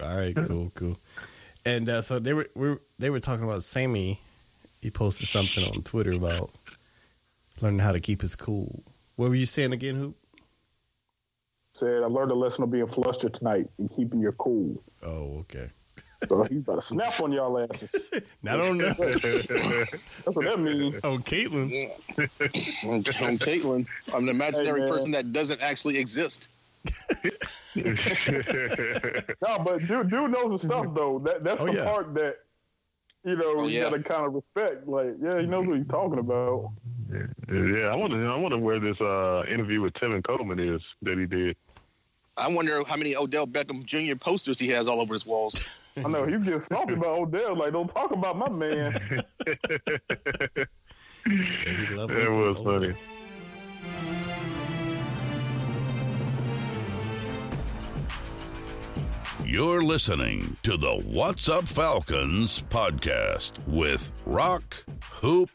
All right, cool, cool. And uh, so they were, we were they were talking about Sammy. He posted something on Twitter about learning how to keep his cool. What were you saying again, Hoop? Said I learned a lesson of being flustered tonight and keeping your cool. Oh, okay. So he's about to snap on y'all asses. Not on That's what that means. on Caitlin. I'm Caitlin. I'm an imaginary Hey, man. person that doesn't actually exist. No, but dude, dude knows his stuff though. That that's Oh, the yeah. part that you know Oh, you yeah. gotta kind of respect. Like, yeah, he knows what he's talking about. Yeah, I wonder. I wonder where this uh, interview with Tevin Coleman is that he did. I wonder how many Odell Beckham Jr. posters he has all over his walls. I know he gets salty about Odell. Like, don't talk about my man. He loved Oh, That some was old- funny. You're listening to the What's Up Falcons podcast with Rock, Hoop,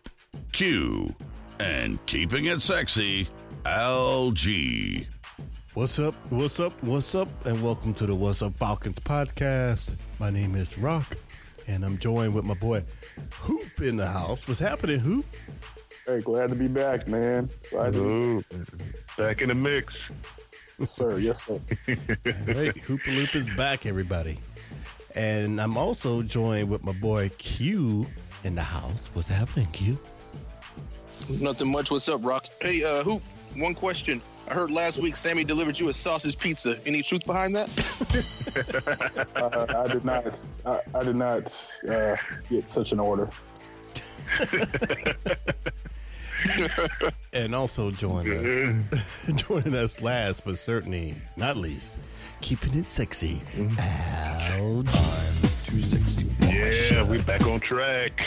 Q, and keeping it sexy, LG. What's up? What's up? What's up? And welcome to the What's Up Falcons podcast. My name is Rock, and I'm joined with my boy Hoop in the house. What's happening, Hoop? hey, glad to be back, man. Glad Mm-hmm. to Ooh, back in the mix. be, sir. Yes, sir. Right, Hoopa Loop is back, everybody. And I'm also joined with my boy Q in the house. What's happening, Q? Nothing much. What's up, Rock? Hey, uh, Hoop, one question. I heard last week Sammy delivered you a sausage pizza. Any truth behind that? Uh, I did not. I, I did not uh, get such an order. And also joining us, joining us last but certainly not least, keeping it sexy. Mm-hmm. Al Tuesday. Yeah, we back on track.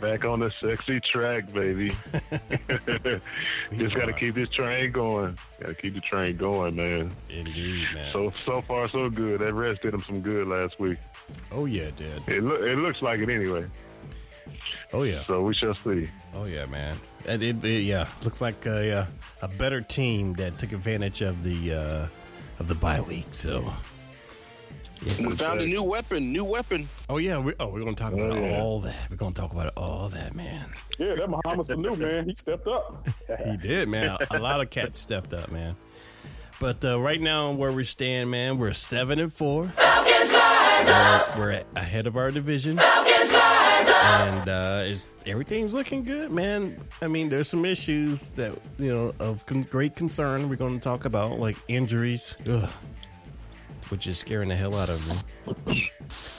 Back on the sexy track, baby. Just got to keep this train going. Got to keep the train going, man. Indeed, man. So so far so good. That rest did him some good last week. oh yeah, Dad. It loo- it looks like it anyway. Oh yeah. So we shall see. Oh yeah, man. And it, it- yeah, looks like a, uh, a better team that took advantage of the uh, of the bye week. So. We found a new weapon. New weapon. Oh yeah, we, oh we're gonna talk about yeah. all that. We're gonna talk about all that, man. Yeah, that Muhammad Sanu man, he stepped up. He did, man. A, a lot of cats stepped up, man. But uh, right now, where we stand, man, we're seven and four. We're, we're ahead of our division, and uh, it's, everything's looking good, man. I mean, there's some issues that you know of con- great concern. We're going to talk about like injuries, ugh, which is scaring the hell out of me.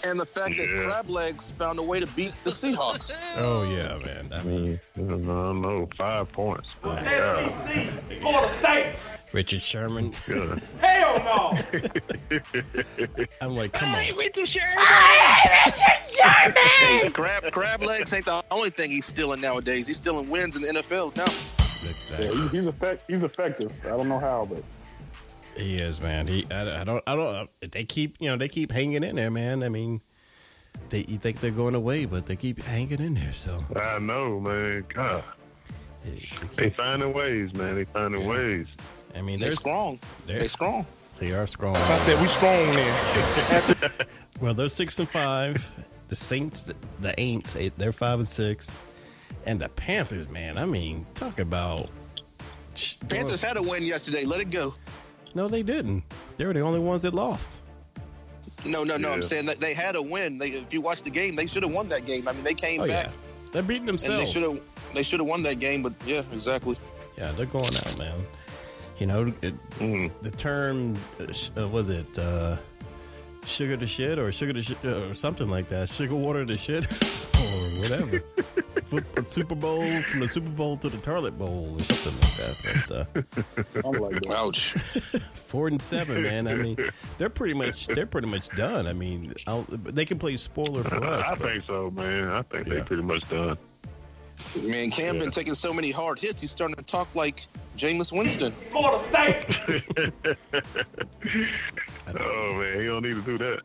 And the fact Yeah. that Crab Legs found a way to beat the Seahawks. Oh yeah, man. I mean, I don't know. Five points. SEC, E Florida State. Richard Sherman. Hell no. I'm like, come on. Hey, crab, crab Legs ain't the only thing he's stealing nowadays. He's stealing wins in the NFL now. Yeah, he, he's effect, He's effective. I don't know how, but He is, man. He, I, I don't, I don't. They keep, you know, they keep hanging in there, man. I mean, they, you think they're going away, but they keep hanging in there. So, I know, man. God, I they finding ways, man. They finding ways. mean, They're they're, strong. they're- They're strong. they are strong. said we strong then. Well, they're six and five. The Saints, the, the Aints, eh, they're five and six, and the Panthers, man. I mean, talk about Panthers had a win yesterday. Let it go. No, they didn't. They were the only ones that lost. No, no, no. I'm Yeah. saying that they had a win. They, if you watch the game, they should have won that game. I mean, they came Oh back yeah, they're beating and they themselves. should have. They should have won that game, but yeah, exactly. Yeah, they're going out, man. You know, it, Mm-hmm. the term uh, sh- uh, was it uh, sugar to shit or sugar to shit uh, or something like that, sugar water to shit or whatever. Foot- Super Bowl from the Super Bowl to the toilet bowl or something like that. But, uh, I'm like, that. Ouch. four and seven, man. I mean, they're pretty much they're pretty much done. I mean, I'll, they can play spoiler for us. I but- think so, man. I think Yeah. they pretty much done. Man, Cam been taking so many hard hits. He's starting to talk like Jameis Winston. Florida State. Oh man, he don't need to do that.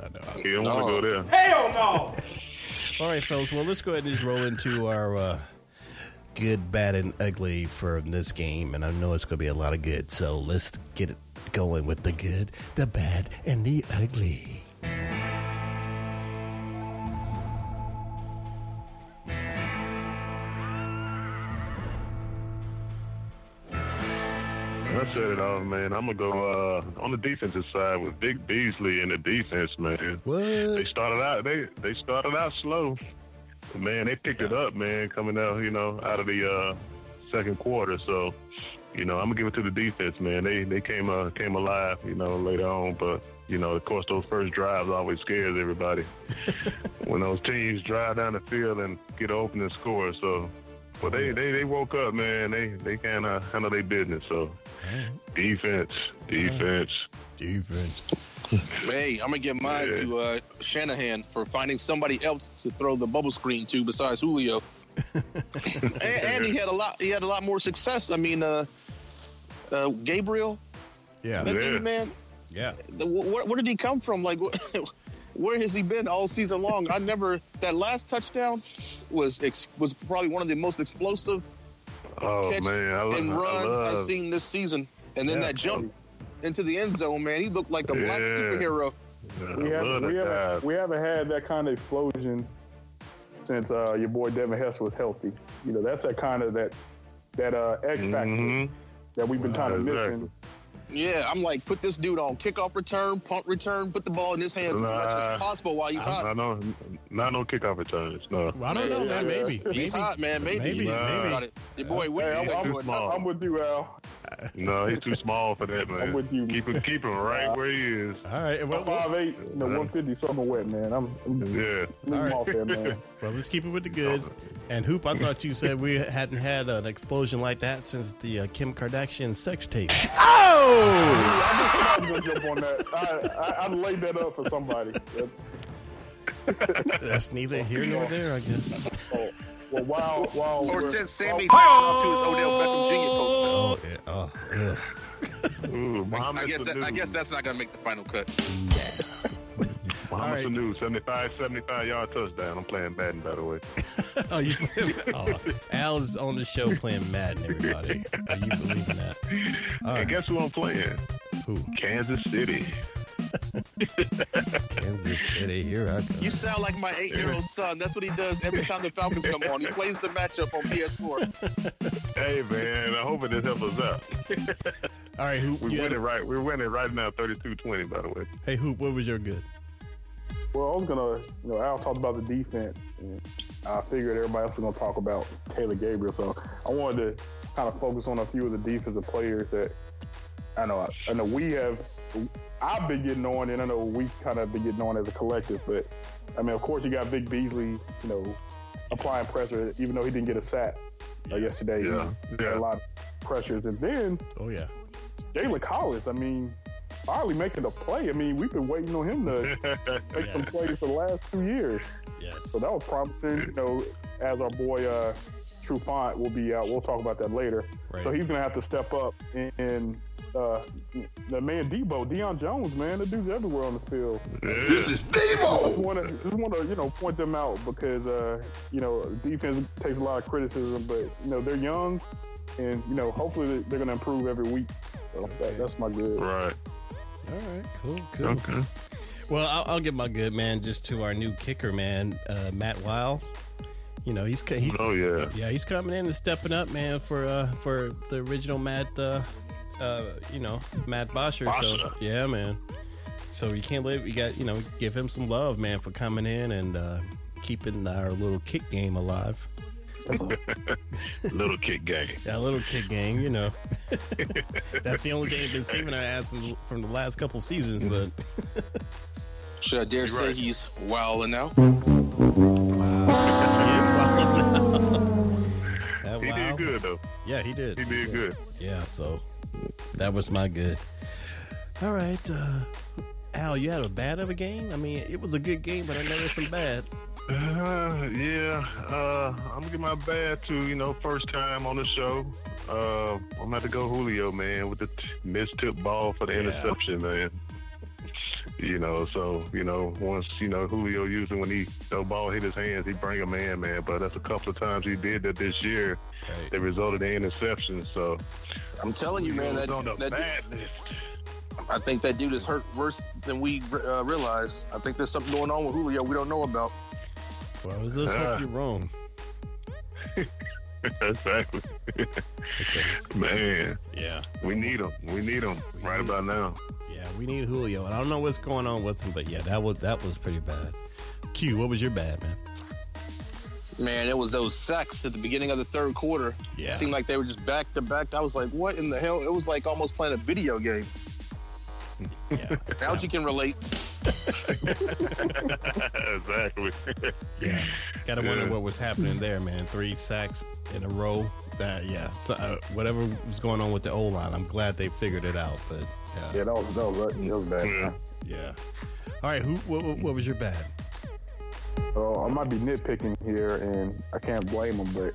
I know. He don't want No. to go there. Hell no. All right, fellas. Well, let's go ahead and just roll into our uh, good, bad, and ugly for this game. And I know it's going to be a lot of good. So let's get it going with the good, the bad, and the ugly. I said it all, man. I'm gonna go uh, on the defensive side with Big Beasley in the defense, man. They What? started out they they started out slow. Man, they picked it up, man, coming out, you know, out of the uh, second quarter. So, you know, I'm gonna give it to the defense, man. They they came uh, came alive, you know, later on, but you know, of course those first drives always scares everybody. when those teams drive down the field and get open and score, so but they, they, they woke up, man. They they kinda handle their business, so defense, defense. Defense. Hey, I'm gonna give mine Yeah. to uh, Shanahan for finding somebody else to throw the bubble screen to besides Julio. and, and he had a lot. He had a lot more success. I mean, uh, uh, Gabriel, Yeah. that Yeah. dude, man. Yeah. the- wh- Where, where did he come from? Like, wh- where has he been all season long? I never. That last touchdown was ex, was probably one of the most explosive Oh catch man, I, lo- and I runs love I've seen this season. And then Yeah. that jump into the end zone, man, he looked like a black Yeah. superhero. I we, haven't, love Uh, we, haven't, that dive. we haven't had that kind of explosion since uh, your boy Devin Hester was healthy. You know, that's that kind of that that uh, X factor Mhm. that we've been kind of missing. Exactly. Yeah, I'm like, put this dude on kickoff return, punt return, put the ball in his hands as much Nah. as possible while he's hot. I know, not no kickoff returns. No, Well, I don't know, man. Maybe. He's Maybe. hot, man. Maybe. Maybe, Think maybe. about it. Your boy, Hey, Whitney, I'm, He's take too I'm, one. with, small. I'm with you, Al. no, he's too small for that, man. I'm with you. Keep him, keep him right where he is. All right. Well, I'm well, five eight, you know, one fifty, something wet, man. I'm, I'm just Yeah, leave him All right. off there, man. well, let's keep it with the goods. And Hoop, I thought you said we hadn't had an explosion like that since the uh, Kim Kardashian sex tape. I'm just gonna jump on that. I, I, I laid that up for somebody. That- That's neither here nor there, I guess. oh, well, while while Or we're- send Sammy while- off to his Odell Beckham Jr. post. Oh, yeah. oh, ugh. Ooh, Muhammad I guess that, Sanu. I guess that's not gonna make the final cut. Muhammad All right. Sanu, 75, 75 yard touchdown. I'm playing Madden, by the way. Oh, you oh, Al is on the show playing Madden, everybody. Are you believing that? All and right. guess who I'm playing? Who? Kansas City. Kansas City, here I come. You sound like my eight-year-old son. That's what he does every time the Falcons come on. He plays the matchup on PS4. Hey man, I hope it just helps us out. All right, Hoop. We you had- winning right. We're winning right now, 32-20, By the way, hey, Hoop, what was your good? Well, I was gonna, you know, Al talked about the defense, and I figured everybody else was gonna talk about Taylor Gabriel. So I wanted to kind of focus on a few of the defensive players that I know. I know we have, I've been getting on, and I know we kind of been getting on as a collective. But I mean, of course, you got Vic Beasley, you know, applying pressure, even though he didn't get a sack uh, yesterday. Yeah, He got a yeah. lot of pressures, and then Oh, yeah. Jalen Collins. I mean, finally making a play. I mean, we've been waiting on him to make some Yes. plays for the last two years. Yes. So that was promising. You know, as our boy uh, True Font will be out, we'll talk about that later. Right. So he's gonna have to step up. And, and uh, the man Debo, Deion Jones, man, the dude's everywhere on the field. this is Just want to just want to you know point them out because uh, you know defense takes a lot of criticism, but you know they're young, and you know hopefully they're gonna improve every week. So that, that's my good. right. All right, cool, cool. Okay. Well, I'll, I'll give my good, man, just to our new kicker, man, uh, Matt Wild. You know, he's, he's Oh yeah. Yeah, he's coming in and stepping up, man, for uh for the original Matt uh uh you know, Matt Bosher. So Bosher. yeah, man. So you can't live you got you know, give him some love, man, for coming in and uh keeping our little kick game alive. That's all. Little Kid Gang. That little kid game, you know. That's the only thing that's been saving our asses from the last couple seasons, but Should I dare say he's wilding out? that He wow. did good though. Yeah, he did. He did good. Yeah, so that was my good. All right, uh, Al, you had a bad of a game. I mean, it was a good game, but I know there's some bad. Uh, yeah, uh, I'm gonna give my bad to you know first time on the show. Uh, I'm about to go Julio man with the t- missed tip ball for the interception man. You know, so you know once you know Julio usually when he the ball hit his hands he bring a man man, but that's a couple of times he did that this year. Right. That resulted in interception. So I'm telling you, man. Julio's That, on the that, bad list. I think that dude is hurt worse than we uh, realize. I think there's something going on with Julio we don't know about. Well, is this Yeah. hope you're wrong? exactly, Because, man. yeah, We need him. We need him right about now. yeah, we need Julio. And I don't know what's going on with him, but yeah, that was that was pretty bad. Q, what was your bad, man? Man, it was those sacks at the beginning of the third quarter. Yeah. It seemed like they were just back to back. I was like, what in the hell? It was like almost playing a video game. Yeah, Now you can relate. exactly. yeah. Gotta wonder Yeah. what was happening there, man. Three sacks in a row. That yeah, so, uh, whatever was going on with the O line, I'm glad they figured it out. But yeah, Yeah, that was that was, that was bad. Yeah. Yeah. All right. Who? What, what, what was your bad? Uh, I might be nitpicking here, and I can't blame him, but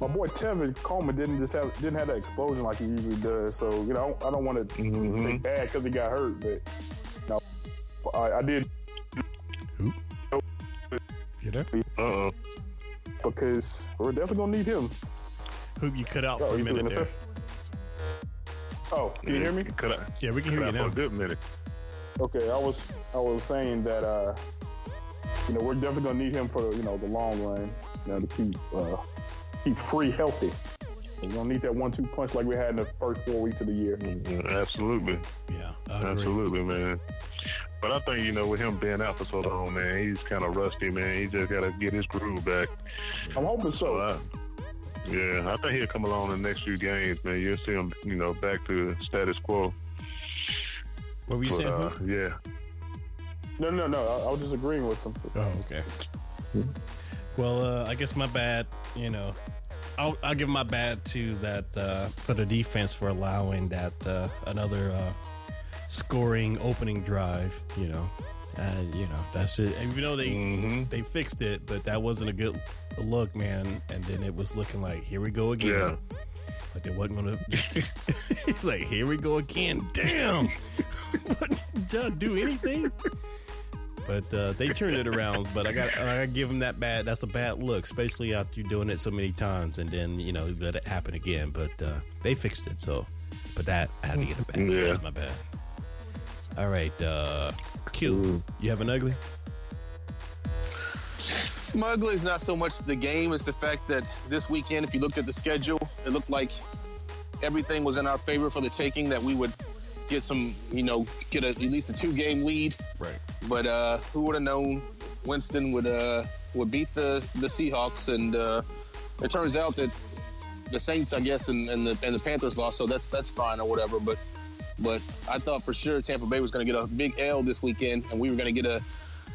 my boy Tevin Coleman didn't just have didn't have that explosion like he usually does. So you know, I don't, I don't want to Mm-hmm. say Mhm. bad because he got hurt, but no, I, I did You there? Uh-oh. because we're definitely gonna need him. Who you cut out Oh, for a you threw an minute there? Mm-hmm. interception. Oh, can you hear me? Could I, Yeah, we can could hear I you for a now. good minute? Okay, I was I was saying that uh, you know we're definitely gonna need him for you know the long run, you know to keep uh, keep free healthy. We're gonna need that one-two punch like we had in the first four weeks of the year. Mhm, Absolutely. Yeah. I agree. Absolutely, man. But I think, you know, with him being out for so long, man, he's kind of rusty, man. He just got to get his groove back. I'm hoping so. But I- yeah, I think he'll come along in the next few games, man. You'll see him, you know, back to status quo. What were you But, saying? uh, yeah. No, no, no. I, I was just agreeing with him. who? oh, okay. Well, uh, I guess my bad. You know, I'll, I'll give my bad to that uh, for the defense for allowing that uh, another uh, scoring opening drive. You know, uh, you know that's it. Even though they hmm they fixed it, but that wasn't a good look, man. And then it was looking like here we go again. Yeah. Like they wasn't gonna. He's like, here we go again. Damn, what, did I do anything? But uh, they turned it around. But I got, I give them that bad. That's a bad look, especially after you doing it so many times, and then you know let it happen again. But uh, they fixed it. So, but that I had to get it back. Yeah. That's my bad. All right, uh, Q, you have an ugly. Smuggler is not so much the game, it's the fact that this weekend, if you looked at the schedule, it looked like everything was in our favor for the taking, that we would get some, you know, get a, at least a two game lead. Right. But uh, who would have known Winston would uh, would beat the, the Seahawks? And uh, it turns out that the Saints, I guess, and, and the and the Panthers lost, so that's that's fine or whatever. But but I thought for sure Tampa Bay was going to get a big L this weekend, and we were going to get a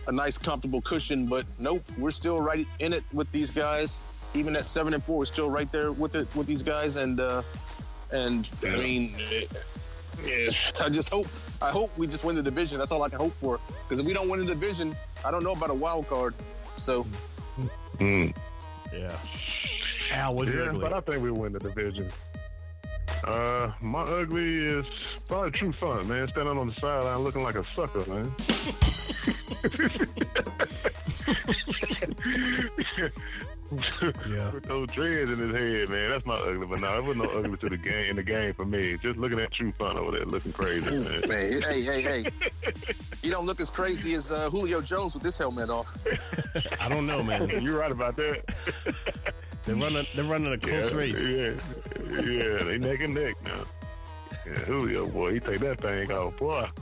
a nice comfortable cushion. But nope, we're still right in it with these guys. Even at seven and four, we're still right there with it with these guys. And uh, and I Yeah. mean, yeah, I just hope I hope we just win the division. That's all I can hope for. Because if we don't win the division, I don't know about a wild card. So Mm. Yeah. Al, what's your Yeah, ugly? but I think we win the division. Uh, my ugly is probably true fun, man. Standing on the sideline looking like a sucker, man. Yeah. With those dreads in his head, man. That's not ugly, but no, nah, it wasn't no ugly to the game in the game for me. Just looking at True Fun over there, looking crazy, man. man, hey, hey, hey, you don't look as crazy as uh, Julio Jones with this helmet off. I don't know, man. You're right about that. They're running. They're running a close yeah, race. Yeah, yeah, they neck and neck now. Yeah, Julio, boy, he take that thing off, boy.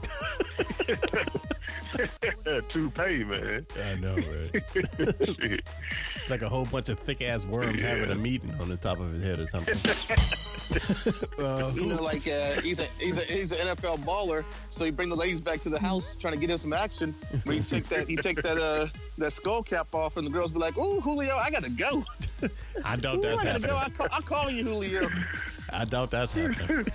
Two pay, man. I know, right? Shit. Like a whole bunch of thick ass worms Yeah. having a meeting on the top of his head or something. Uh, You know, like uh, he's a he's a he's an NFL baller, so he bring the ladies back to the house trying to get him some action. But he take that he take that uh that skull cap off, and the girls be like, "Ooh, Julio, I gotta go. I doubt Ooh, that's Oh I gotta go. I happening. call, I'm calling you, Julio." I doubt that's happening.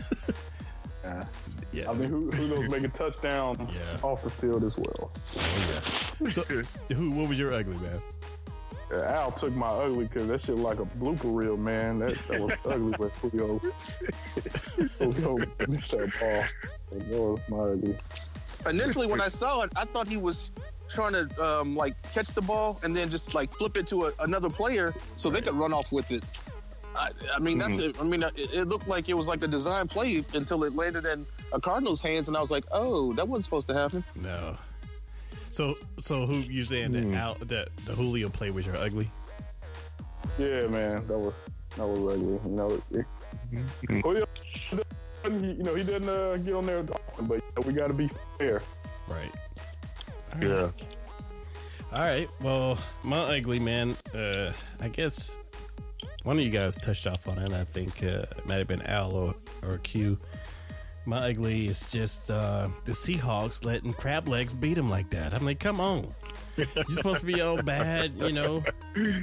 Yeah. Yeah. I mean, who, who knows? Make a touchdown Yeah. off the field as well. So, who? What was your ugly man? Yeah, Al took my ugly because that shit like a blooper reel, man. That, that was ugly with Julio. Julio missed that ball. That was my ugly. Initially, when I saw it, I thought he was trying to um, like catch the ball and then just like flip it to a, another player so they could run off with it. I, I mean, that's Mm-hmm. it. I mean, it, it looked like it was like a design play until it landed in a Cardinals' hands, and I was like, "Oh, that wasn't supposed to happen." No. So, so who you saying that out that the Julio play was your ugly? Yeah, man, that was that was ugly. You know, it, Mm-hmm. Julio, you know, he didn't uh, get on there, often, but you know, we got to be fair. Right. Yeah. All right. Well, my ugly man. Uh, I guess one of you guys touched off on it. I think uh, it might have been Al or, or Q. My ugly is just uh, the Seahawks letting crab legs beat him like that. I'm like, come on. You're supposed to be all bad, you know,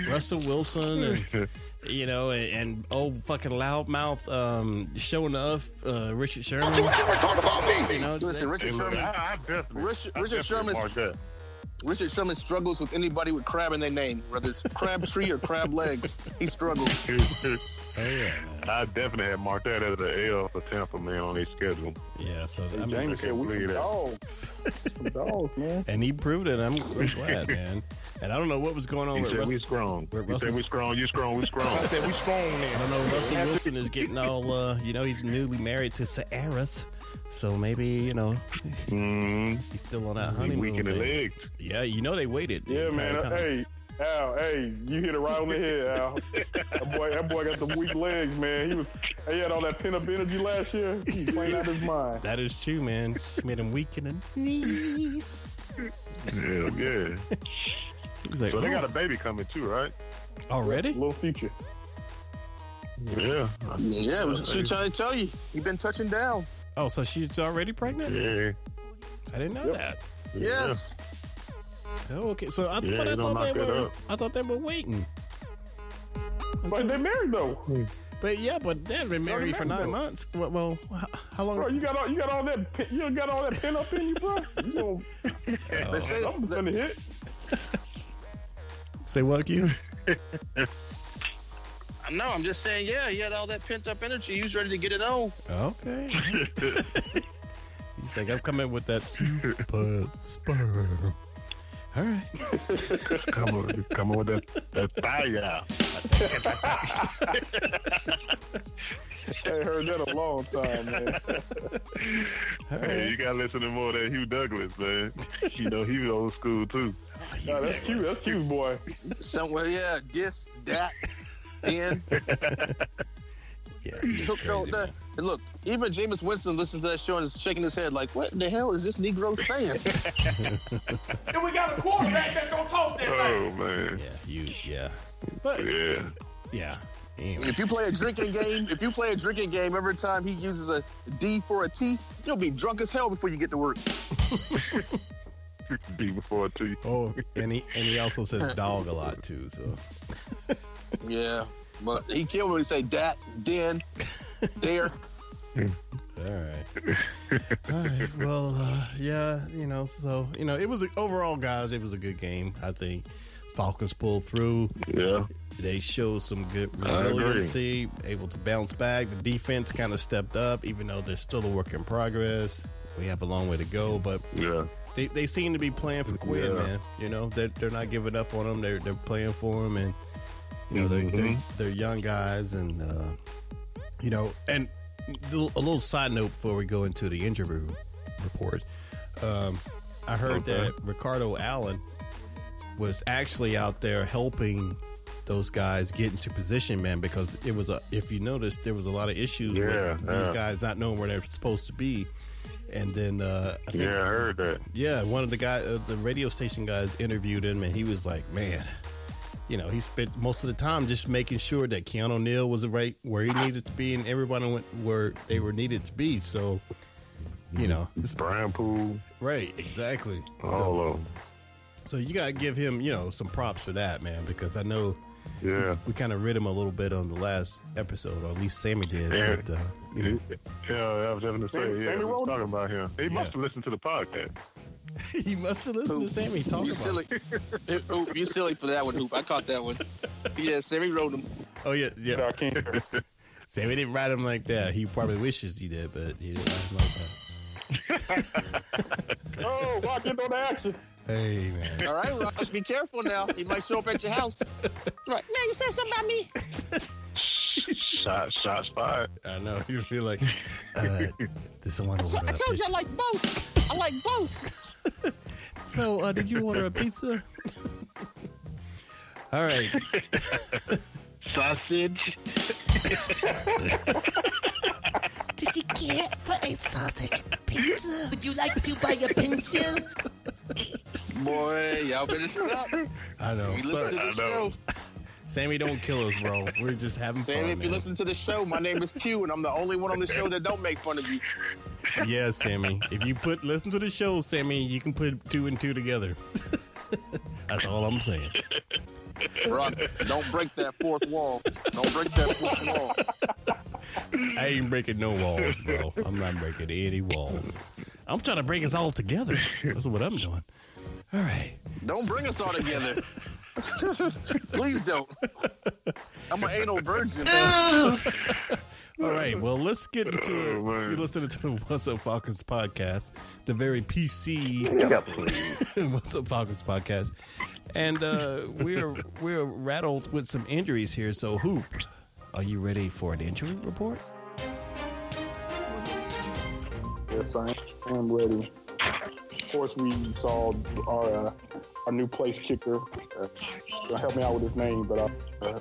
Russell Wilson and you know, and, and old fucking loudmouth um, showing off uh, Richard Sherman. Don't you ever talk about me? You know, Listen, Richard Hey, look, Sherman. I, I definitely, Richard- I Richard definitely Sherman's- marked that. Richard Sherman struggles with anybody with crab in their name, whether it's crab tree or crab legs. He struggles. oh, yeah, man. I definitely had marked that as an L for Tampa, man, on their schedule. yeah. So Hey, I mean, James said can't we believe some that. dogs, some dogs, man. and he proved it. I'm, I'm glad, man. And I don't know what was going on He with said, we Russell. strong. where He said, we Russell's- strong, you strong, we strong. I said we strong I now. don't know. Russell Wilson is getting all, uh, you know, he's newly married to Saaris, so maybe you know mm, he's still on that he honeymoon. weak in the thing. legs. Yeah, you know they waited. the Yeah, entire man. time. Hey, Al. Hey, you hit it right on the head, Al. that boy, that boy got the weak legs, man. He was, he had all that pent up energy last year. He was playing out his mind. That is true, man. She made him weak in the knees. Yeah, yeah. He's like, So they "Oh, got a baby coming too, right? already? Little future. Yeah. Yeah, she trying to tell you. He been touching down. Oh, so she's already pregnant? Yeah. I didn't know Yep. that. Yes. Oh, okay. So I, Yeah, but I they thought don't they knock that were. up. I thought they were waiting. But they're married though. But yeah, but they've been married for nine remember. months. Well, well h- how long? Bro, you got all you got all that pin- you got all that pin up in you, bro. You know, They say I'm that- gonna hit. Say what, you? no, I'm just saying, yeah, he had all that pent up energy. He was ready to get it on. Okay. He's like, I'm coming with that super sperm. All right. Come on, come on with that, that thigh out. I ain't heard that a long time, man. Hey, you gotta listen to more of that Hugh Douglas, man. you know, he was old school too. Nah, that's cute. That's cute, boy. Somewhere, yeah, this, that, then. Yeah. Hook, no, that- and look, even Jameis Winston listens to that show and is shaking his head like, what in the hell is this Negro saying? And we got a quarterback that's gonna toss that thing. Oh man. Yeah, you, yeah. But, Yeah. yeah. Anyway. if you play a drinking game, if you play a drinking game every time he uses a D for a T, you'll be drunk as hell before you get to work. Be before two. Oh, and he, and he also says dog a lot, too, so. Yeah, but he killed when he say that, then, there. All right. All right. Well, uh, yeah, you know, so, you know, it was, a, overall, guys, it was a good game, I think. Falcons pulled through. Yeah. They showed some good I agree. resiliency, able to bounce back. The defense kind of stepped up, even though they're still a work in progress. We have a long way to go, but Yeah. they, they seem to be playing for Quinn, Yeah. man. You know, they're, they're not giving up on him. They're, they're playing for him, and, you know, they're, they're, Mm-hmm. they're young guys. And, uh, you know, and a little- a little side note before we go into the injury report. Um, I heard Okay. that Ricardo Allen was actually out there helping those guys get into position, man, because it was a, if you noticed, there was a lot of issues Yeah, with these yeah. guys not knowing where they're supposed to be. and then uh, I think, Yeah, I heard that. yeah, one of the guy, uh, the radio station guys, interviewed him, and he was like, "Man, you know, he spent most of the time just making sure that Keanu Neal was right where he needed to be, and everybody went where they were needed to be." So, you know, it's- Brian Poole, right, exactly. Oh. all So, of 'em. so you gotta give him, you know, some props for that, man, because I know Yeah. we kind of rid him a little bit on the last episode, or at least Sammy did. Yeah. But, uh, you know, Yeah, I was having to say, Sammy- yeah, Sammy we were Roden? talking about him. He Yeah. must have listened to the podcast. he must have listened to Sammy talk You about. silly. Oh, you silly for that one, Hoop. I caught that one. Yeah, Sammy wrote him. it. Oh yeah, yeah. No, I can't. hear. Sammy didn't write him like that. He probably wishes he did, but he didn't write him like that. oh, Rock, get on the action. Hey man, All right, Rock, be careful now. He might show up at your house. Right. Now you said something about me. Shot, shots fired. I know you feel like uh, this one. So I told you I like both. I like both. So, uh, did you order a pizza? All right, Sausage. Did you get for a sausage pizza? Would you like to buy a pencil? Boy, y'all better stop. I know. We listen to I the know. show. Sammy, don't kill us, bro. We're just having fun. Sammy, if you man. listen to the show, my name is Q, and I'm the only one on the show that don't make fun of you. yeah, Sammy. If you put listen to the show, Sammy, you can put two and two together. That's all I'm saying. Rock, don't break that fourth wall. Don't break that fourth wall. I ain't breaking no walls, bro. I'm not breaking any walls. I'm trying to bring us all together. That's what I'm doing. All right. Don't bring us all together. Please don't. I'm an anal virgin. All right. Well, let's get into Oh, it. man. You're listening to the What's Up Falcons podcast, the very PC What's Up Falcons podcast, and uh, we're we're rattled with some injuries here. So, Hoop, are you ready for an injury report? Yes, I am ready. Of course, we saw our uh, our new place kicker. Uh, gonna help me out with his name, but our uh,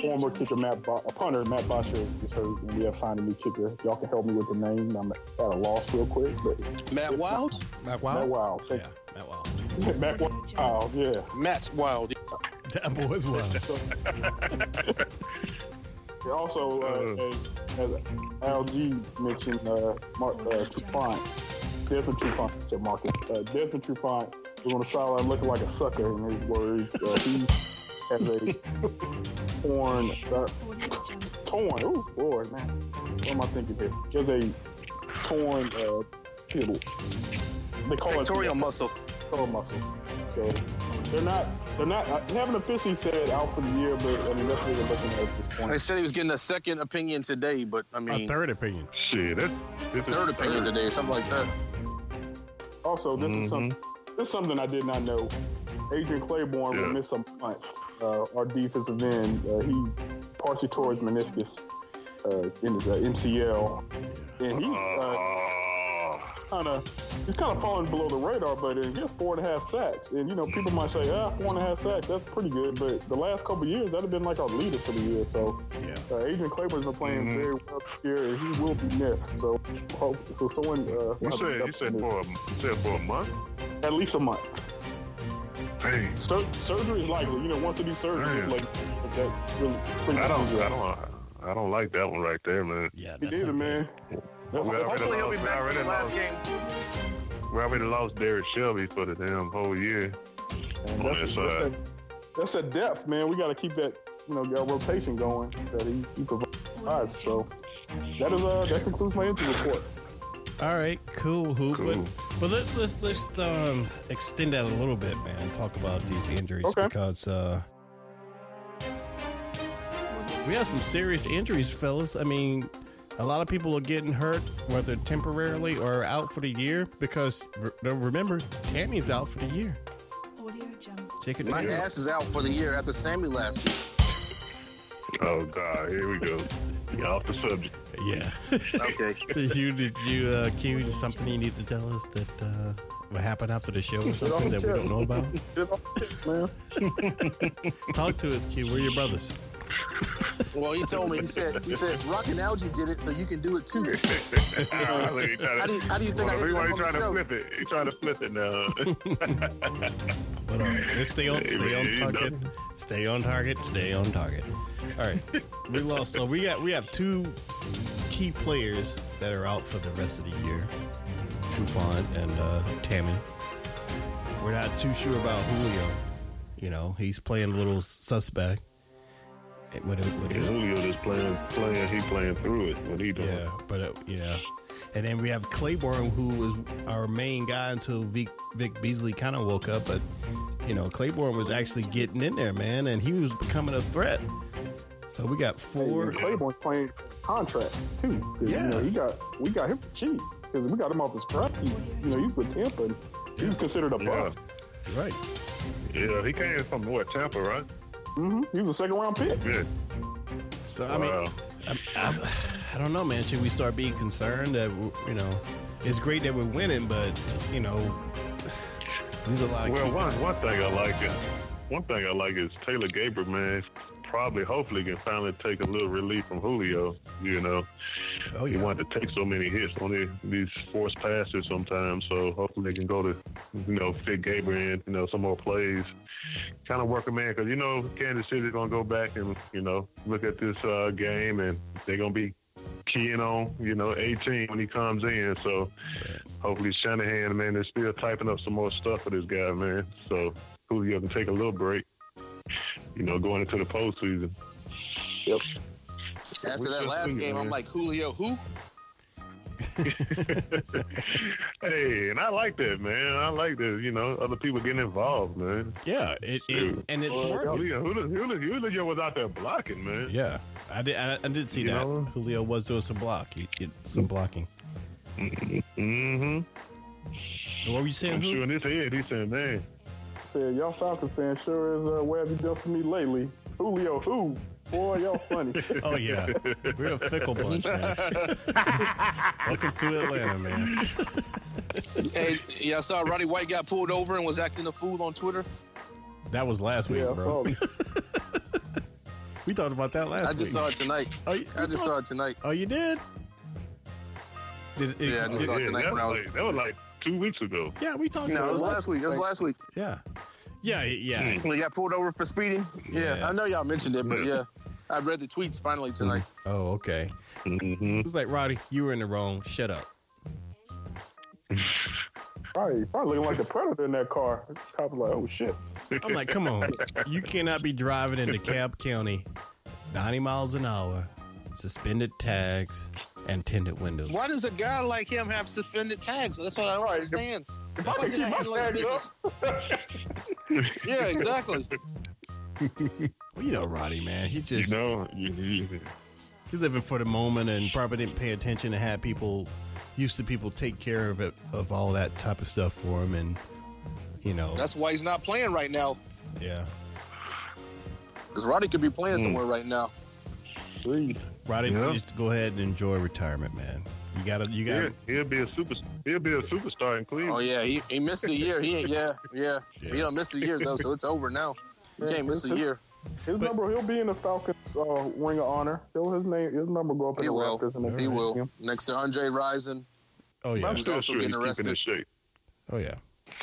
former kicker Matt, Bo- uh, punter Matt Bosher is hurt, and we have signed a new kicker. Y'all can help me with the name. I'm at a loss real quick, but Matt Wild? Matt Matt Wild. Wild, thank Yeah, Matt Wild. you. Matt Wild, yeah. Matt's Wild. That boy's wild. And also, uh, Uh. as, as LG mentioned, uh, Mark uh, Trufant, Desmond Trufant I said Marcus. Uh, Desmond Trufant was on the sideline looking like a sucker in his words. Uh, he has a torn, uh, torn. Oh Lord, man, what am I thinking here? He has a torn uh, tibia. They call Pectoral it muscle. pectoral muscle. So they're not, they're not. I haven't officially said out for the year, but I mean that's what they're looking at at this point. They said he was getting a second opinion today, but I A mean, third opinion. Shit, that, this is third opinion today or something like that. Also, this Mhm. is some this is something I did not know. Adrian Claiborne Yeah. will miss a month. Uh, our defensive end, uh, he partially tore his meniscus uh, in his uh, MCL, and he Uh-huh. uh, Oh, kind of he's kind of falling below the radar. But he gets four and a half sacks, and you know people might say, ah, four and a half sacks, that's pretty good. But the last couple of years, that have been like our leader for the year. So Yeah. uh, Adrian Claiborne's been playing Mhm. very well this year, and he will be missed. So hope so someone uh, you said you said for a, you said for a month. at least a month. Dang. Sur- surgery is likely. You know, once they do surgery, it's Yeah. like that really pretty I don't, much is I it. don't, I don't like that one right there, man. Yeah, He that's did not it, good. man. That's Well, that's- Hopefully he'll be lost. back Already for the last lost. game. We already lost Derek Shelby for the damn whole year. on that's, his that's, side. a, that's a depth, man. We got to keep that, you know, our rotation going that he, he provides. So that is uh, that concludes my injury report. All right, cool, hoop. Cool. But, but let, let's let's um, extend that a little bit, man. and Talk about these injuries Okay. because uh, we have some serious injuries, fellas. I mean, a lot of people are getting hurt, whether temporarily or out for the year. Because re- remember, Tammy's out for the year. Jacob My Knight. ass is out for the year after Sammy last week. Oh God, here we go. Yeah, off the subject. Yeah. Okay. did you did you uh, cue something you need to tell us that uh, what happened after the show or something that we don't know about? Get off, man. Talk to us, Q. We're your brothers. Well, he told me. He said, "He said, Rock and Algie did it, so you can do it too." How do you- how do you think I ended up on trying the to show? flip it? He trying to flip it now. But all right, let's stay on, Hey, stay on man, you target. Stay on target. Stay on target. All right, we lost. So we got we have two key players that are out for the rest of the year. Coupon and uh, Tammy. We're not too sure about Julio. You know, he's playing a little suspect. Eh, What, it- what And is? Julio just playing, playing. He playing through it. What he doing? Yeah, but uh, yeah. And then we have Claiborne, who was our main guy until Vic, Vic Beasley kind of woke up. But, you know, Claiborne was actually getting in there, man, and he was becoming a threat. So we got four. Claiborne's playing contract too. 'Cause, Yeah. You know, he got we got him cheap because we got him off his crap. He, you know, he's with Tampa. And he was considered a Yeah. bust. Right. Yeah, he came from what Tampa, right? hmm He was a second round pick. Yeah. So, I mean, Wow. I, I, I don't know, man. Should we start being concerned that, w- you know, it's great that we're winning, but, you know, there's a lot of. Well, key one guys. one thing I like, uh, one thing I like is Taylor Gabriel, man. Probably, hopefully, can finally take a little relief from Julio. You know, Oh, he yeah. wanted to take so many hits on the, these forced passes sometimes. So hopefully, they can go to, you know, fit Gabriel in, you know, some more plays. Kind of work a man because you know Kansas City's gonna go back and you know look at this uh, game and they're gonna be keying on you know 18 when he comes in. So. Hopefully Shanahan, man, they're still typing up some more stuff for this guy, man. So Julio can take a little break, you know, going into the postseason. After that just last seen it, game, I'm man. like, Julio, who? Hey, and I like that, man. I like that, you know, other people getting involved, man. Yeah, it, it, Shoot. and it's Uh, working. Julio, Julio, Julio, Julio was out there blocking, man. Yeah, I did. I, I did see You that know? Julio was doing some block, he, did some blocking. Mm-hmm. What were you saying? I'm Julio? sure in his head, he's saying, man, Said y'all Falcons fans sure is uh, what have you done for me lately? Julio, who? Boy, y'all funny. Oh yeah, we're a fickle bunch, man. Welcome to Atlanta, man. Hey, yeah, I saw Roddy White got pulled over and was acting a fool on Twitter. That was last week, yeah, I bro. saw him. We talked about that last I just week. saw it tonight. Oh, you, I just saw it tonight. Oh, you did? Did it, Yeah, I just saw it yeah, tonight that, when I was was- like, that was like two weeks ago. yeah, we talked No, about it was last week. It was last Hmm. week. Yeah, yeah, yeah. When he got pulled over for speeding. Yeah, Yeah. I know y'all mentioned it, but yeah, I read the tweets finally tonight. Oh, okay. Mm-hmm. It's like Roddy, you were in the wrong. Shut up. Probably, probably looking like the predator in that car. Cop was like, oh shit. I'm like, come on. You cannot be driving in DeKalb County 90 miles an hour, suspended tags, and tinted windows. Why does a guy like him have suspended tags? That's what I don't Right. understand. If I Why could did keep my I handle his tag up, business? Yeah, exactly. Well, you know Roddy, man. He You just, know, you, you, he's living for the moment and probably didn't pay attention to have people, used to people take care of it, of all that type of stuff for him. And, you know, That's why he's not playing right now. yeah. Because Roddy could be Mm. playing somewhere right now. Roddy, Yeah. just go ahead and enjoy retirement, man. You gotta, you he'll, gotta, he'll be a super. He'll be a superstar in Cleveland. Oh yeah, he, he missed a year. He ain't yeah, yeah. Yeah. He don't miss the years though, so it's over now. You Yeah, can't miss it's- a year. his number, he'll be in the Falcons uh, Ring of Honor. He'll, his name, his number go up in He the will. Raptors. And He will. Next to Andre Rison. oh, yeah. I'm He's still also sure he's getting keeping arrested. his shape. Oh, yeah.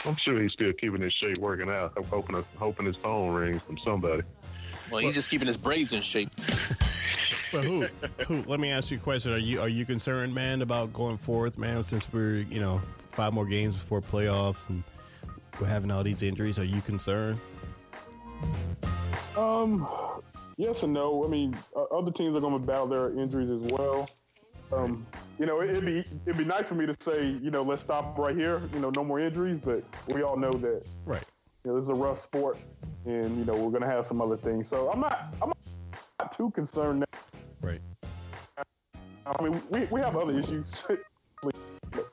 I'm sure he's still keeping his shape working out. I'm hoping, hoping his phone rings from somebody. Well, he's just keeping his braids in shape. But who, who? Let me ask you a question. Are you are you concerned, man, about going forth, man? Since we're you know five more games before playoffs and we're having all these injuries, are you concerned? Um, yes and no. I mean, uh, other teams are going to battle their injuries as well. Um, you know, it, it'd be it'd be nice for me to say, you know, let's stop right here. You know, no more injuries. But we all know that Right. you know, this is a rough sport, and you know we're going to have some other things. So I'm not I'm not too concerned. Now. Right. I mean, we, we have other issues, that,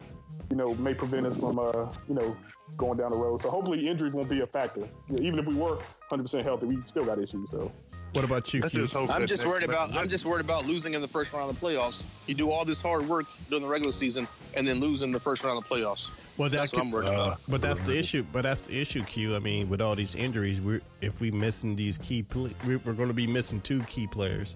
you know, may prevent us from, uh, you know, going down the road. So hopefully injuries won't be a factor. You know, even if we were 100% healthy, we still got issues. So What about you, Let's Q? just hope I'm that just next- worried about I'm just worried about losing in the first round of the playoffs. You do all this hard work during the regular season and then lose in the first round of the playoffs. Well, that That's what could- I'm worried about. But that's the issue. But that's the issue, Q. I mean, with all these injuries, we're if we missing these key, pl- we're going to be missing two key players.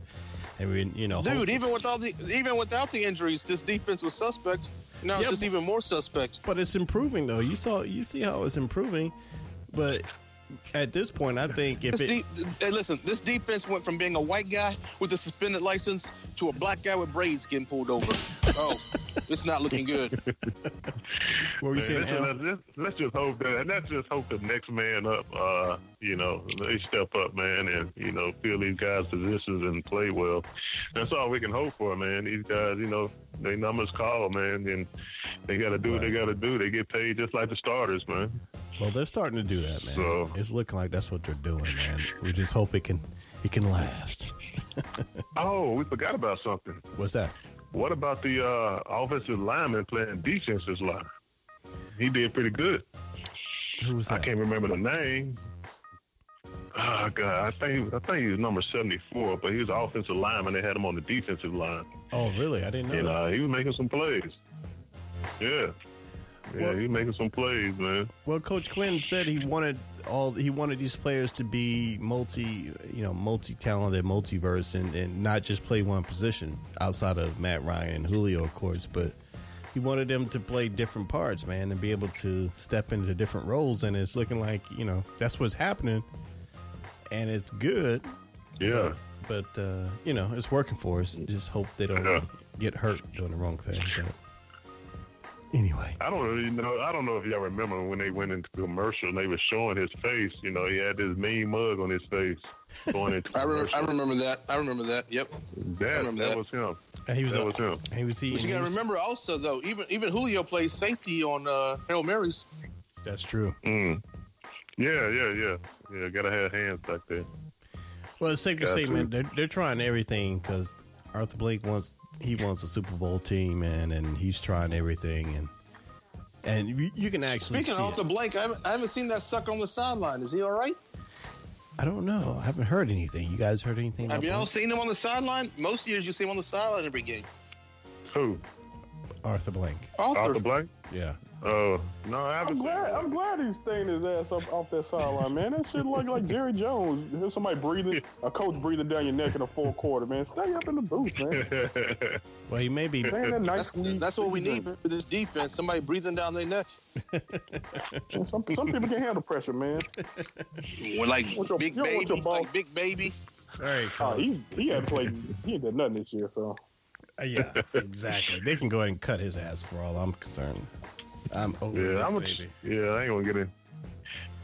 I mean, you know, Dude, hopefully- even with all the even without the injuries, this defense was suspect. Now Yeah, it's just but- even more suspect. but it's improving though. You saw, you see how it's improving. But at this point, I think if This it, de- hey, listen, this defense went from being a white guy with a suspended license to a black guy with braids getting pulled over. oh, it's not looking good. what were you Man, saying? let's, Al? let's, just, let's just hope that, and let's just hope the next man up, uh, you know, they step up, man, and you know, fill these guys' positions and play well. That's all we can hope for, man. These guys, you know, they numbers call, man, and they got to do what they got to do. They get paid just like the starters, man. Well, they're starting to do that, man. So- It's looking like that's what they're doing, man. We just hope it can, it can last. Oh, we forgot about something. What's that? What about the uh, offensive lineman playing defensive line? He did pretty good. Who was I that? can't remember the name. Oh God, I think I think he was number seventy four, but he was an offensive lineman. They had him on the defensive line, Oh, really? I didn't know. and that. uh, he was making some plays. Yeah, yeah, Well- he was making some plays, man. Well, Coach Quinn said he wanted all he wanted these players to be multi, you know, multi-talented, multiverse, and, and not just play one position outside of Matt Ryan and Julio, of course. But he wanted them to play different parts, man, and be able to step into different roles. And it's looking like you know that's what's happening, and it's good. Yeah, But uh, you know, it's working for us. Just hope they don't Yeah. get hurt doing the wrong thing. But anyway, I don't really know. I don't know if y'all remember when they went into commercial and they were showing his face. You know, he had this mean mug on his face going into I, re- commercial. I remember that. I remember that. Yep. that, remember that that. was him. and he was That was him. He was he. But you he gotta was- remember also though, even even Julio plays safety on uh, Hail Marys. That's true. Mm. Yeah, yeah, yeah, yeah. Gotta have hands like that. Well, it's safe to say, Gotcha. man, they're, they're trying everything because Arthur Blake wants he wants a Super Bowl team, man, and he's trying everything, and and you, you can actually Speaking see of it. the blank, I haven't, I haven't seen that sucker on the sideline. Is he all right? I don't know. I haven't heard anything. You guys heard anything? Have about y'all seen him on the sideline? Most years you see him on the sideline every game. Who? Arthur Blank? Arthur Arthur, Blank? Yeah. Oh no, I haven't I'm seen glad. that. I'm glad he's staying his ass up off that sideline, man. That shit look like Jerry Jones. Here's somebody breathing, a coach breathing down your neck in a full quarter, man. Stay up in the booth, man. Well, he may be. Man, that nice that's, sweet- that's what we need for this defense. Somebody breathing down their neck. Some, some people can handle pressure, man. We're like What's your- big yo, what's your baby, ball? like big baby. All right, Uh, fellas. he he had played. He ain't did nothing this year, so Uh, yeah, exactly. They can go ahead and cut his ass for all I'm concerned. I'm over it, yeah, I'm gonna, baby. yeah, I ain't gonna get in.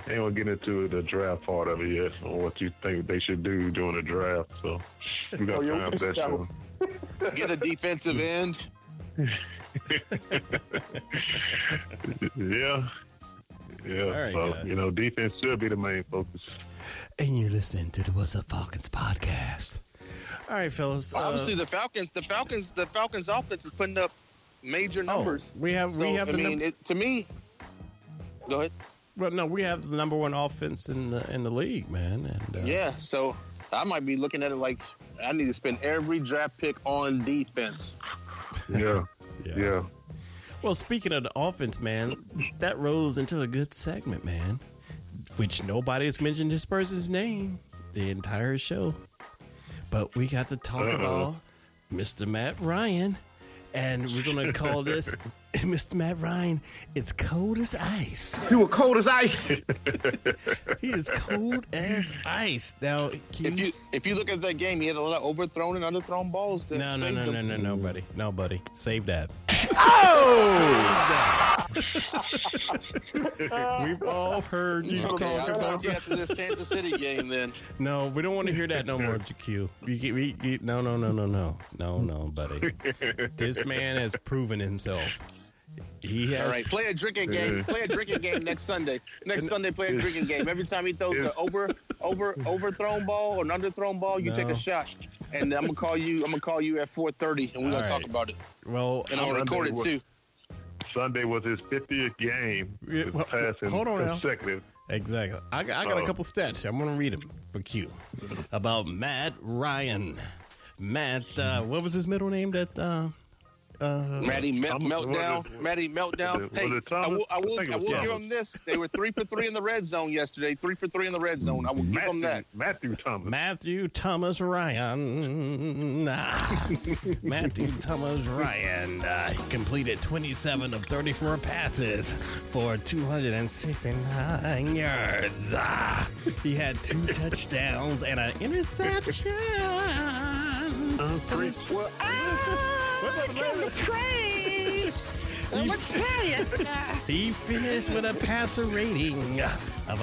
I ain't gonna get into the draft part of it yet on what you think they should do during the draft. So we got Oh, yeah, time we for that got show. us. Get a defensive end. Yeah, yeah. right, so guys. you know, defense should be the main focus. And you're listening to the What's Up Falcons podcast. All right, fellas. uh, Obviously, the Falcons, the Falcons, the Falcons offense is putting up major numbers. we have- Oh. we So, have I the mean, num- it, to me, go ahead. Well, no, we have the number one offense in the in the league, man. And uh, Yeah, so I might be looking at it like I need to spend every draft pick on defense. Yeah, yeah. Well, speaking of the offense, man, that rose into a good segment, man, which nobody has mentioned this person's name the entire show. But we got to talk Uh-huh. Uh-oh. about Mr. Matt Ryan, and we're going to call this Mr. Matt Ryan, it's cold as ice. You were cold as ice. He is cold as ice. Now, can If you if you look at that game, he had a lot of overthrown and underthrown balls. That No, no, saved no, him. no, no, no, buddy. No, buddy. Save that. Oh! We've all heard you Okay, talk I'll talk about. to you after this Kansas City game then. No, we don't want to hear that no more, JQ. You get, we, you, no, no, no, no, no, no, no, buddy. This man has proven himself. He has. All right, play a drinking game. Play a drinking game next Sunday. Next Sunday, play a drinking game. Every time he throws an over, over, overthrown ball or an underthrown ball, you take No. a shot. And I'm gonna call you. I'm gonna call you at 4:30, and we're gonna All talk right. about it. Well, And I'll Sunday record it was- too. Sunday was his 50th game. Yeah, His well, passing hold on now. consecutive. exactly. I, got- I got a Oh. couple stats. I'm going to read them for Q about Matt Ryan. Matt, uh, what was his middle name that uh, Uh, Maddie me- I'm- meltdown. was it- Maddie was meltdown. it Hey, I Thomas? will, I will, I think it I was will give Thomas. them this. They were three for three in the red zone yesterday. Three for three in the red zone. I will give them Matthew, that. Matthew Thomas. Matthew Thomas Ryan. Ah, Matthew Thomas Ryan uh, he completed 27 of 34 passes for 269 yards. Ah, he had two touchdowns and an interception. Uh, three. Well, I can train. I'm Italian. He finished with a passer rating of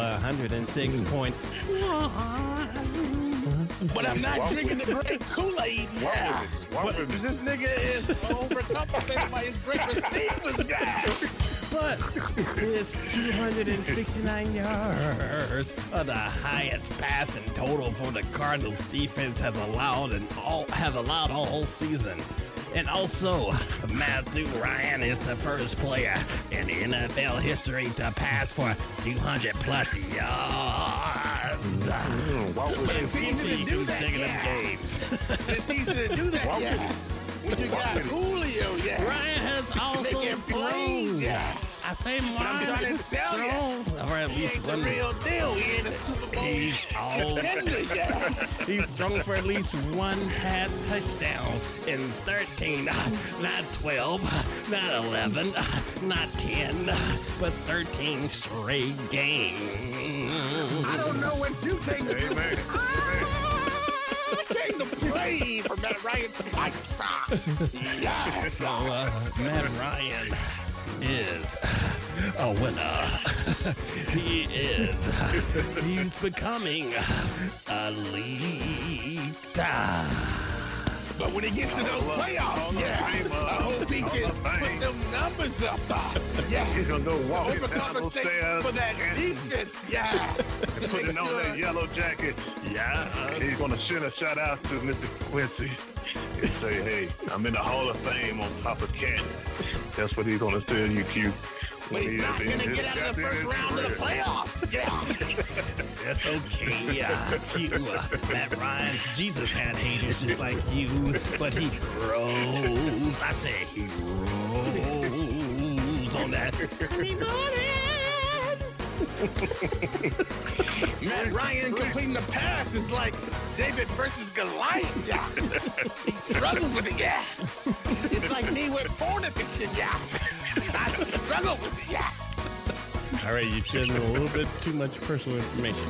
106.1. But I'm not drinking the great Kool-Aid now. Why was it? Because this nigga is overcompensated by his great receivers, guys. but it's 269 yards of the highest passing total for the Cardinals defense has allowed and all has allowed all season. And also, Matthew Ryan is the first player in NFL history to pass for 200 plus yards. Why was But it? it's easy to do that, Consecutive yeah. games. It's easy to do that, Why yeah. When you got Julio, yeah. Ryan has also Making plays, thrown. yeah. I say Ryan I'm trying to has tell ya. thrown, or at He least ain't the one. real deal. He ain't a Super Bowl He's all contender, yeah. He's thrown for at least one pass touchdown in 13, not 12, not 11, not 10, but 13 straight games. I don't know what you came to do. Amen. I came to play for Matt Ryan to like soccer. Yes. So, uh, Matt Ryan is uh, a winner. he is. uh, He's becoming uh, elite. But when it gets to those playoffs, yeah, I hope he can put them numbers up. He's Yes. gonna go walking down those Overcompensate stairs for that and- defense, yeah. To make putting on sure- that yellow jacket. Yeah. He's going to send a shout out to Mr. Quincy and say, hey, I'm in the Hall of Fame on top of Cat. That's what he's going to tell you, Q. But he's When he not is in going to his get out of the goddamn first round of the career. playoffs. Yeah. That's okay. Uh, you, uh, Matt Ryan's Jesus had haters just like you, but he rose. I say he rose on that Sunday morning. Matt Ryan completing the pass is like David versus Goliath. Yeah. he struggles with it, yeah. It's like me with porn addiction, yeah. I struggle with it, yeah. All right, you children, a little bit too much personal information.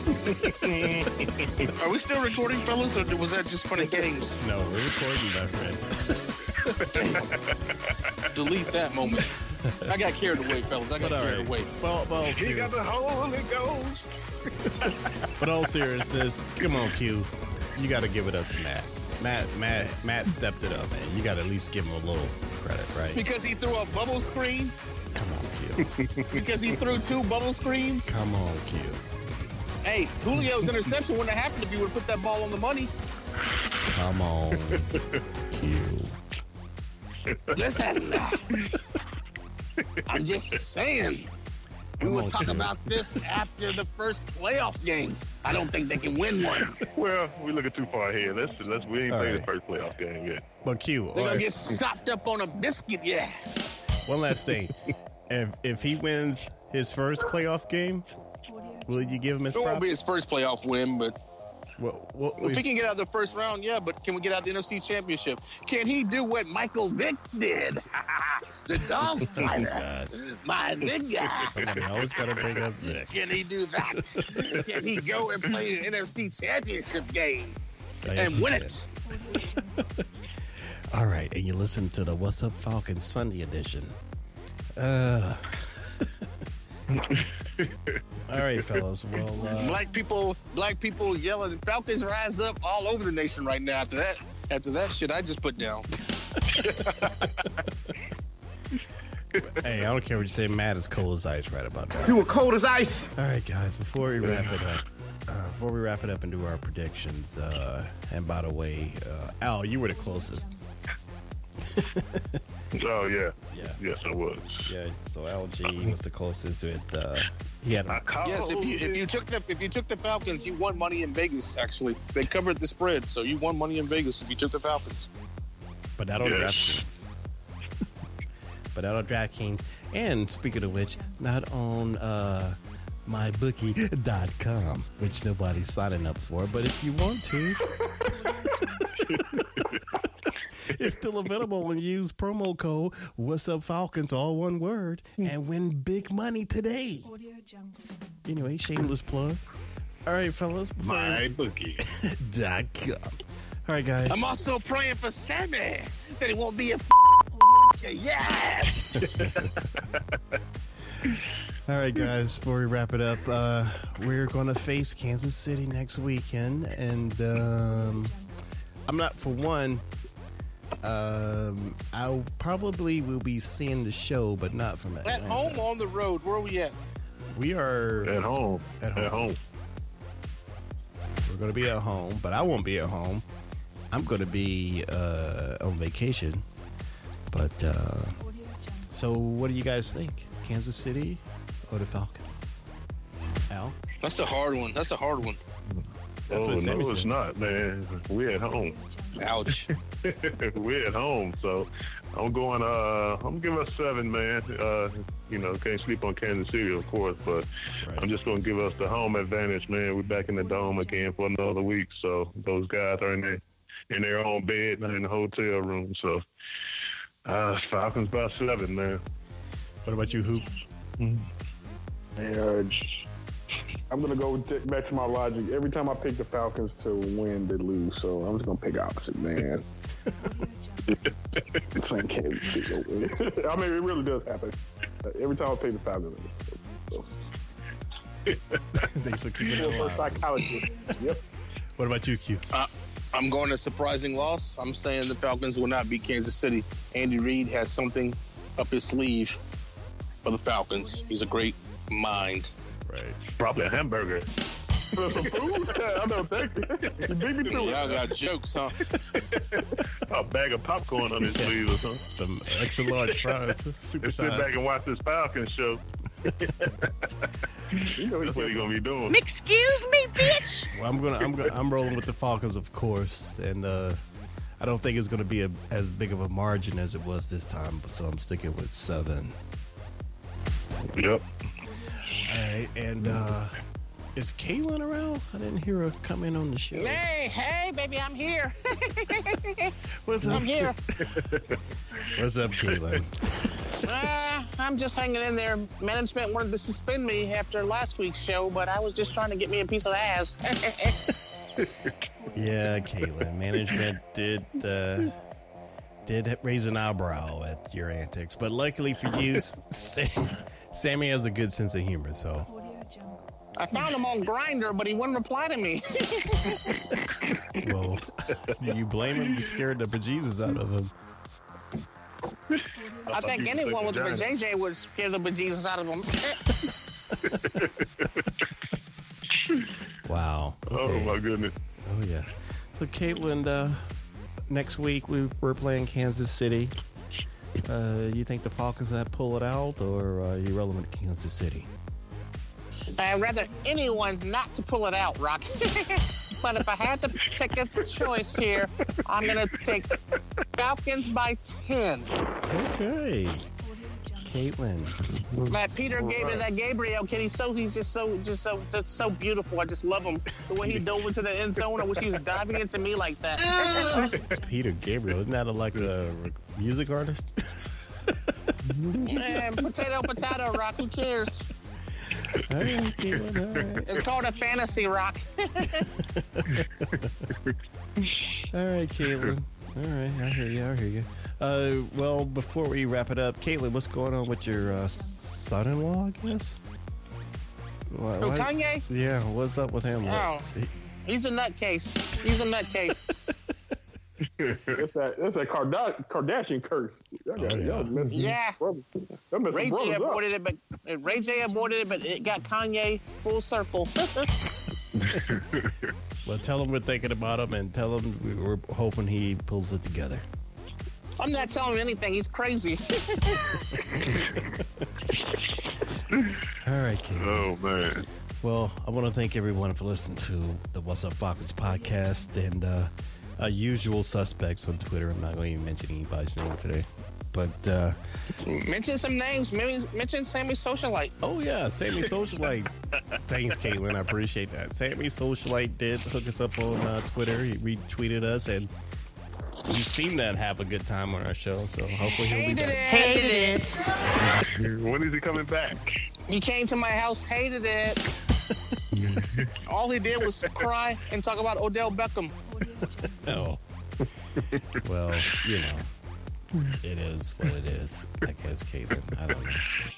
Are we still recording, fellas, or was that just fun and games? No, we're recording, my friend. Delete that moment. I got carried away, fellas. I got But all carried right, away. Well, but all He serious- got the Holy Ghost. but all seriousness, come on, Q. You got to give it up to Matt. Matt, Matt, Matt stepped it up, man. You got to at least give him a little credit, right? Because he threw a bubble screen? Come on, Q. Because he threw two bubble screens? Come on, Q. Hey, Julio's interception wouldn't have happened if you would have put that ball on the money. Come on, Q. Listen, I'm just saying. We Come will on, talk Q. about this after the first playoff game. I don't think they can win one. Well, we're looking too far ahead. Let's let's we ain't All played right. the first playoff game yet. But Q, They're or- gonna get sopped up on a biscuit, yeah. one last thing. if if he wins his first playoff game, will you give him his It won't prop? be his first playoff win, but Well, well, if he can get out of the first round, yeah. But can we get out of the NFC Championship? Can he do what Michael Vick did? the dog fighter, my nigga. somebody always gotta bring up Vic. Can he do that? Can he go and play an NFC Championship game and win it? All right, and you listen to the What's Up Falcons Sunday edition. Uh. All right, fellas. Well, uh, Black people, black people yelling, "Falcons rise up!" all over the nation right now. After that, after that shit, I just put down. hey, I don't care what you say. Matt is cold as ice right about now. You were cold as ice. All right, guys. Before we wrap it up, uh, before we wrap it up and do our predictions, uh, and by the way, uh, Al, you were the closest. Oh yeah. Yeah. Yes, I was. Yeah, so LG was the closest with uh he had I a, called Yes, if you if you it. took the if you took the Falcons, you won money in Vegas. Actually, they covered the spread, so you won money in Vegas if you took the Falcons. but not on Yes. DraftKings. but not on DraftKings. And speaking of which, not on uh, mybookie.com, which nobody's signing up for. But if you want to, it's still available and use promo code What's Up Falcons, all one word, and win big money today. Anyway, shameless plug. All right, fellas. My bookie. Dot com. All right, guys. I'm also praying for Sammy that it won't be a f- yes. All right, guys. Before we wrap it up, uh, we're going to face Kansas City next weekend, and um, I'm not for one. Um, I probably will be seeing the show, but not from At Atlanta. home or on the road, where are we at? We are At home. At home. At home. we're going to be at home, but I won't be at home. I'm going to be uh, on vacation. But uh, so, what do you guys think? Kansas City or the Falcons? Al, That's a hard one. That's a hard one. That's oh, what Sammy no, said. it's not, man. We're at home. Ouch. We're at home, so I'm going. Uh, I'm giving us seven, man. Uh, you know, can't sleep on Kansas City, of course, but I'm just going to give us the home advantage, man. We're back in the dome again for another week, so those guys are in their in their own bed, not in the hotel room. So uh, Falcons by seven, man. what about you, Hoop? And uh, I'm gonna go t- back to my logic. Every time I pick the Falcons to win, they lose. So I'm just gonna pick opposite, man. It's like Kansas City will win. I mean, it really does happen. Uh, Every time I pick the Falcons, they lose. Thanks for keeping it So, alive. psychologist. Yep. What about you, Q? I'm going a surprising loss. I'm saying the Falcons will not beat Kansas City. Andy Reid has something up his sleeve for the Falcons. He's a great mind. Probably a hamburger. For some food? I don't think. You beat me to it. Y'all got jokes, huh? A bag of popcorn on his sleeve or something. Some extra large fries, super Let's sit back size. and watch this Falcons show. You know, That's what he's going to be doing. Excuse me, bitch. Well, I'm gonna, I'm gonna, I'm rolling with the Falcons, of course, and uh, I don't think it's gonna be a, as big of a margin as it was this time. So I'm sticking with seven. All Yep. right, and uh, is Kaylin around? I didn't hear her come in on the show. Hey, hey, baby, I'm here. What's up? here. What's up, Kaylin? Uh, I'm just hanging in there. Management wanted to suspend me after last week's show, but I was just trying to get me a piece of ass. yeah, Kaylin. Management did uh, did raise an eyebrow at your antics, but luckily for you, Sam, Sammy has a good sense of humor, so. I found him on Grinder, but he wouldn't reply to me. Well, do you blame him? You scared the bejesus out of him. I think you were anyone with a thinking giant. JJ would scare the bejesus out of him. Wow. Oh, my goodness. Oh, yeah. So, Caitlin, uh, next week we, we're playing Kansas City. Uh, you think the Falcons have pull it out, or uh, you rolling with Kansas City? I'd rather anyone not to pull it out, Rock. but if I had to pick a choice here, I'm going to take Falcons by 10. Okay. Caitlin. That Peter gave it that Gabriel kid. He's so he's just so just so just so beautiful. I just love him. The way he dove into the end zone. I wish he was diving into me like that. Peter Gabriel. Isn't that a, like a music artist? Man, potato potato rock. Who cares? all right, Caitlin. All right. It's called a fantasy rock. All right, Caitlin. All right, I hear you. I hear you. Uh, well, before we wrap it up, Caitlin, what's going on with your uh, son-in-law? I guess. Why, Oh, why- Kanye? Yeah, what's up with him? Oh. He's a nutcase. He's a nutcase. That's that. That's that Karda- Kardashian curse. Y'all got, Oh, yeah. y'all messing Yeah. brothers- y'all messing Ray J brothers up. aborted it, but uh, Ray J aborted it, but it got Kanye full circle. Well, tell him we're thinking about him, and tell him we we're hoping he pulls it together. I'm not telling him anything. He's crazy. All right, Caitlin. Oh, man. Well, I want to thank everyone for listening to the What's Up Falcons podcast and uh, our usual suspects on Twitter. I'm not going to even mention anybody's name today. But uh, Mention some names. Maybe mention Sammy Socialite. oh yeah, Sammy Socialite. Thanks, Caitlin. I appreciate that. Sammy Socialite did hook us up on uh, Twitter. He retweeted us, and we seem to have a good time on our show. So hopefully he'll be Hated back. it. Hated it. When is he coming back? He came to my house, hated it. All he did was cry and talk about Odell Beckham. No. Oh. well, you know, it is what it is. I guess, Caitlin. I don't know.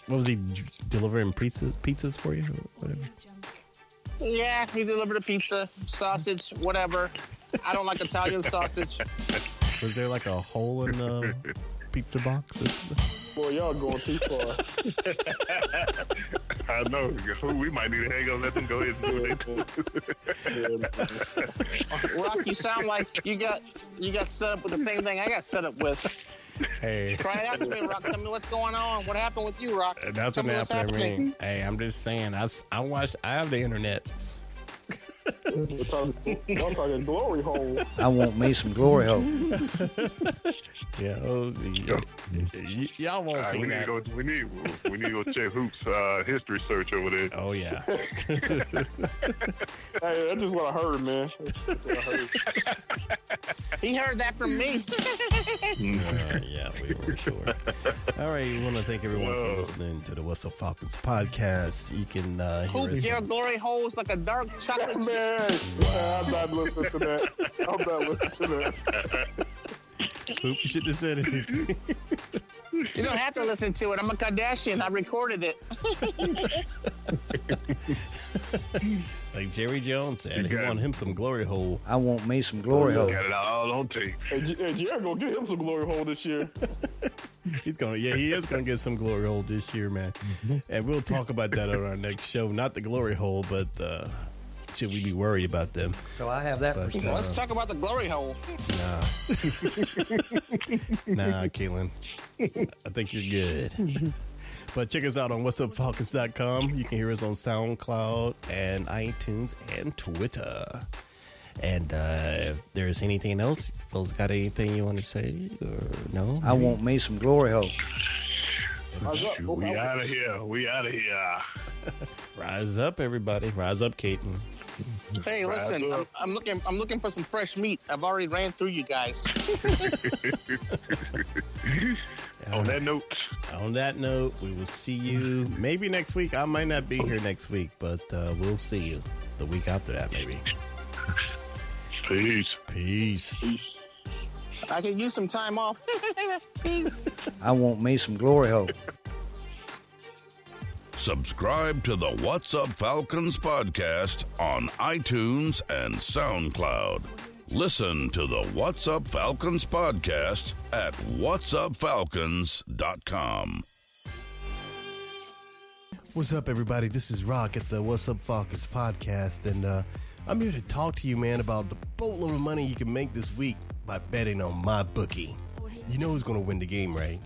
What was he d- delivering pizzas? Pizzas for you? Whatever. Yeah, he delivered a pizza, sausage, whatever. I don't like Italian sausage. Was there like a hole in the pizza box? Boy, y'all going too far. I know. We might need to hang up. Let them go ahead and do what they do. Rock, you sound like you got you got set up with the same thing I got set up with. Hey, Cry it out to me, Rock. Tell me what's going on. What happened with you, Rock? Tell nothing me what's happened. I happening. mean, hey, I'm just saying. I s- I watched. I have the internet. We're talking, y'all talking glory hole. I want me some glory hole. Yeah, oh, y- y- y'all won't All right, see we need to that. go. We need. We need to go check hoops uh, history search over there. Oh yeah. Hey, that's just what I heard, man. That's what I heard. He heard that from me. Uh, yeah, we were sure. All right, we want to thank everyone Whoa. for listening to the What's Up Falcons podcast. You can uh, hear Hoop us- your glory holes like a dark chocolate chip. Man, I'm not listening to that. I'm not listening to that. Hoop, you should have said it. You don't have to listen to it. I'm a Kardashian. I recorded it. like Jerry Jones said, he got want it. him some glory hole. I want me some glory Oh. hole. Got it all on tape. Hey, G- hey, Jared gonna get him some glory hole this year. He's gonna, yeah, he is gonna get some glory hole this year, man. And we'll talk about that on our next show. Not the glory hole, but uh, should we be worried about them? So I have that. But perspective. uh, Let's talk about the glory hole. nah, nah, Caitlin, I think you're good. But check us out on whatsupfalcons.com. You can hear us on SoundCloud and iTunes and Twitter. And uh, if there's anything else, Phil's got anything you want to say or no? I want me some glory hole. How's up? What's We up? out of here. We out of here. Rise up, everybody. Rise up, Caitlin. Hey, listen, I'm, I'm looking. I'm looking for some fresh meat. I've already ran through you guys. On that note, On that note, we will see you maybe next week. I might not be here next week, but uh, we'll see you the week after that, maybe. peace. Peace. I could use some time off. Peace. I want me some glory hole. Subscribe to the What's Up Falcons podcast on iTunes and SoundCloud. Listen to the What's Up Falcons podcast at whatsupfalcons.com. What's up, everybody? This is Rock at the What's Up Falcons podcast, and uh, I'm here to talk to you, man, about the boatload of money you can make this week by betting on my bookie. You know who's going to win the game, right?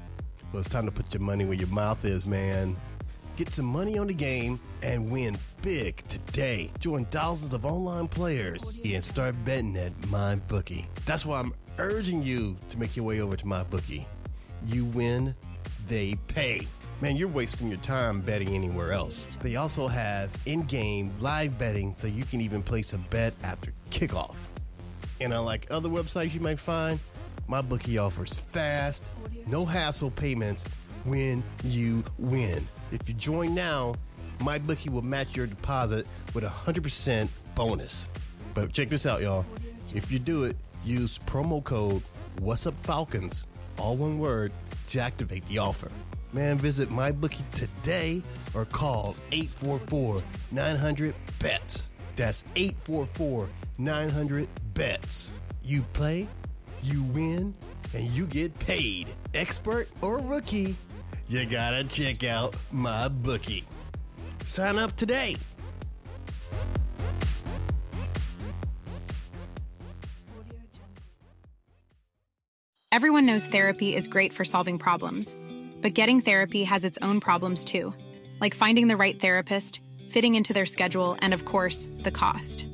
Well, it's time to put your money where your mouth is, man. Get some money on the game and win big today. Join thousands of online players and start betting at MyBookie. That's why I'm urging you to make your way over to MyBookie. You win, they pay. Man, you're wasting your time betting anywhere else. They also have in game live betting so you can even place a bet after kickoff. And unlike other websites you might find, MyBookie offers fast, no hassle payments when you win. If you join now, MyBookie will match your deposit with a 100% bonus. But check this out, y'all. If you do it, use promo code What's Up Falcons, all one word, to activate the offer. Man, visit MyBookie today or call 844 900 BETS. That's 844 900 BETS. You play, you win, and you get paid. Expert or rookie, you gotta check out my bookie. Sign up today. Everyone knows therapy is great for solving problems, but getting therapy has its own problems too, like finding the right therapist, fitting into their schedule, and of course, the cost.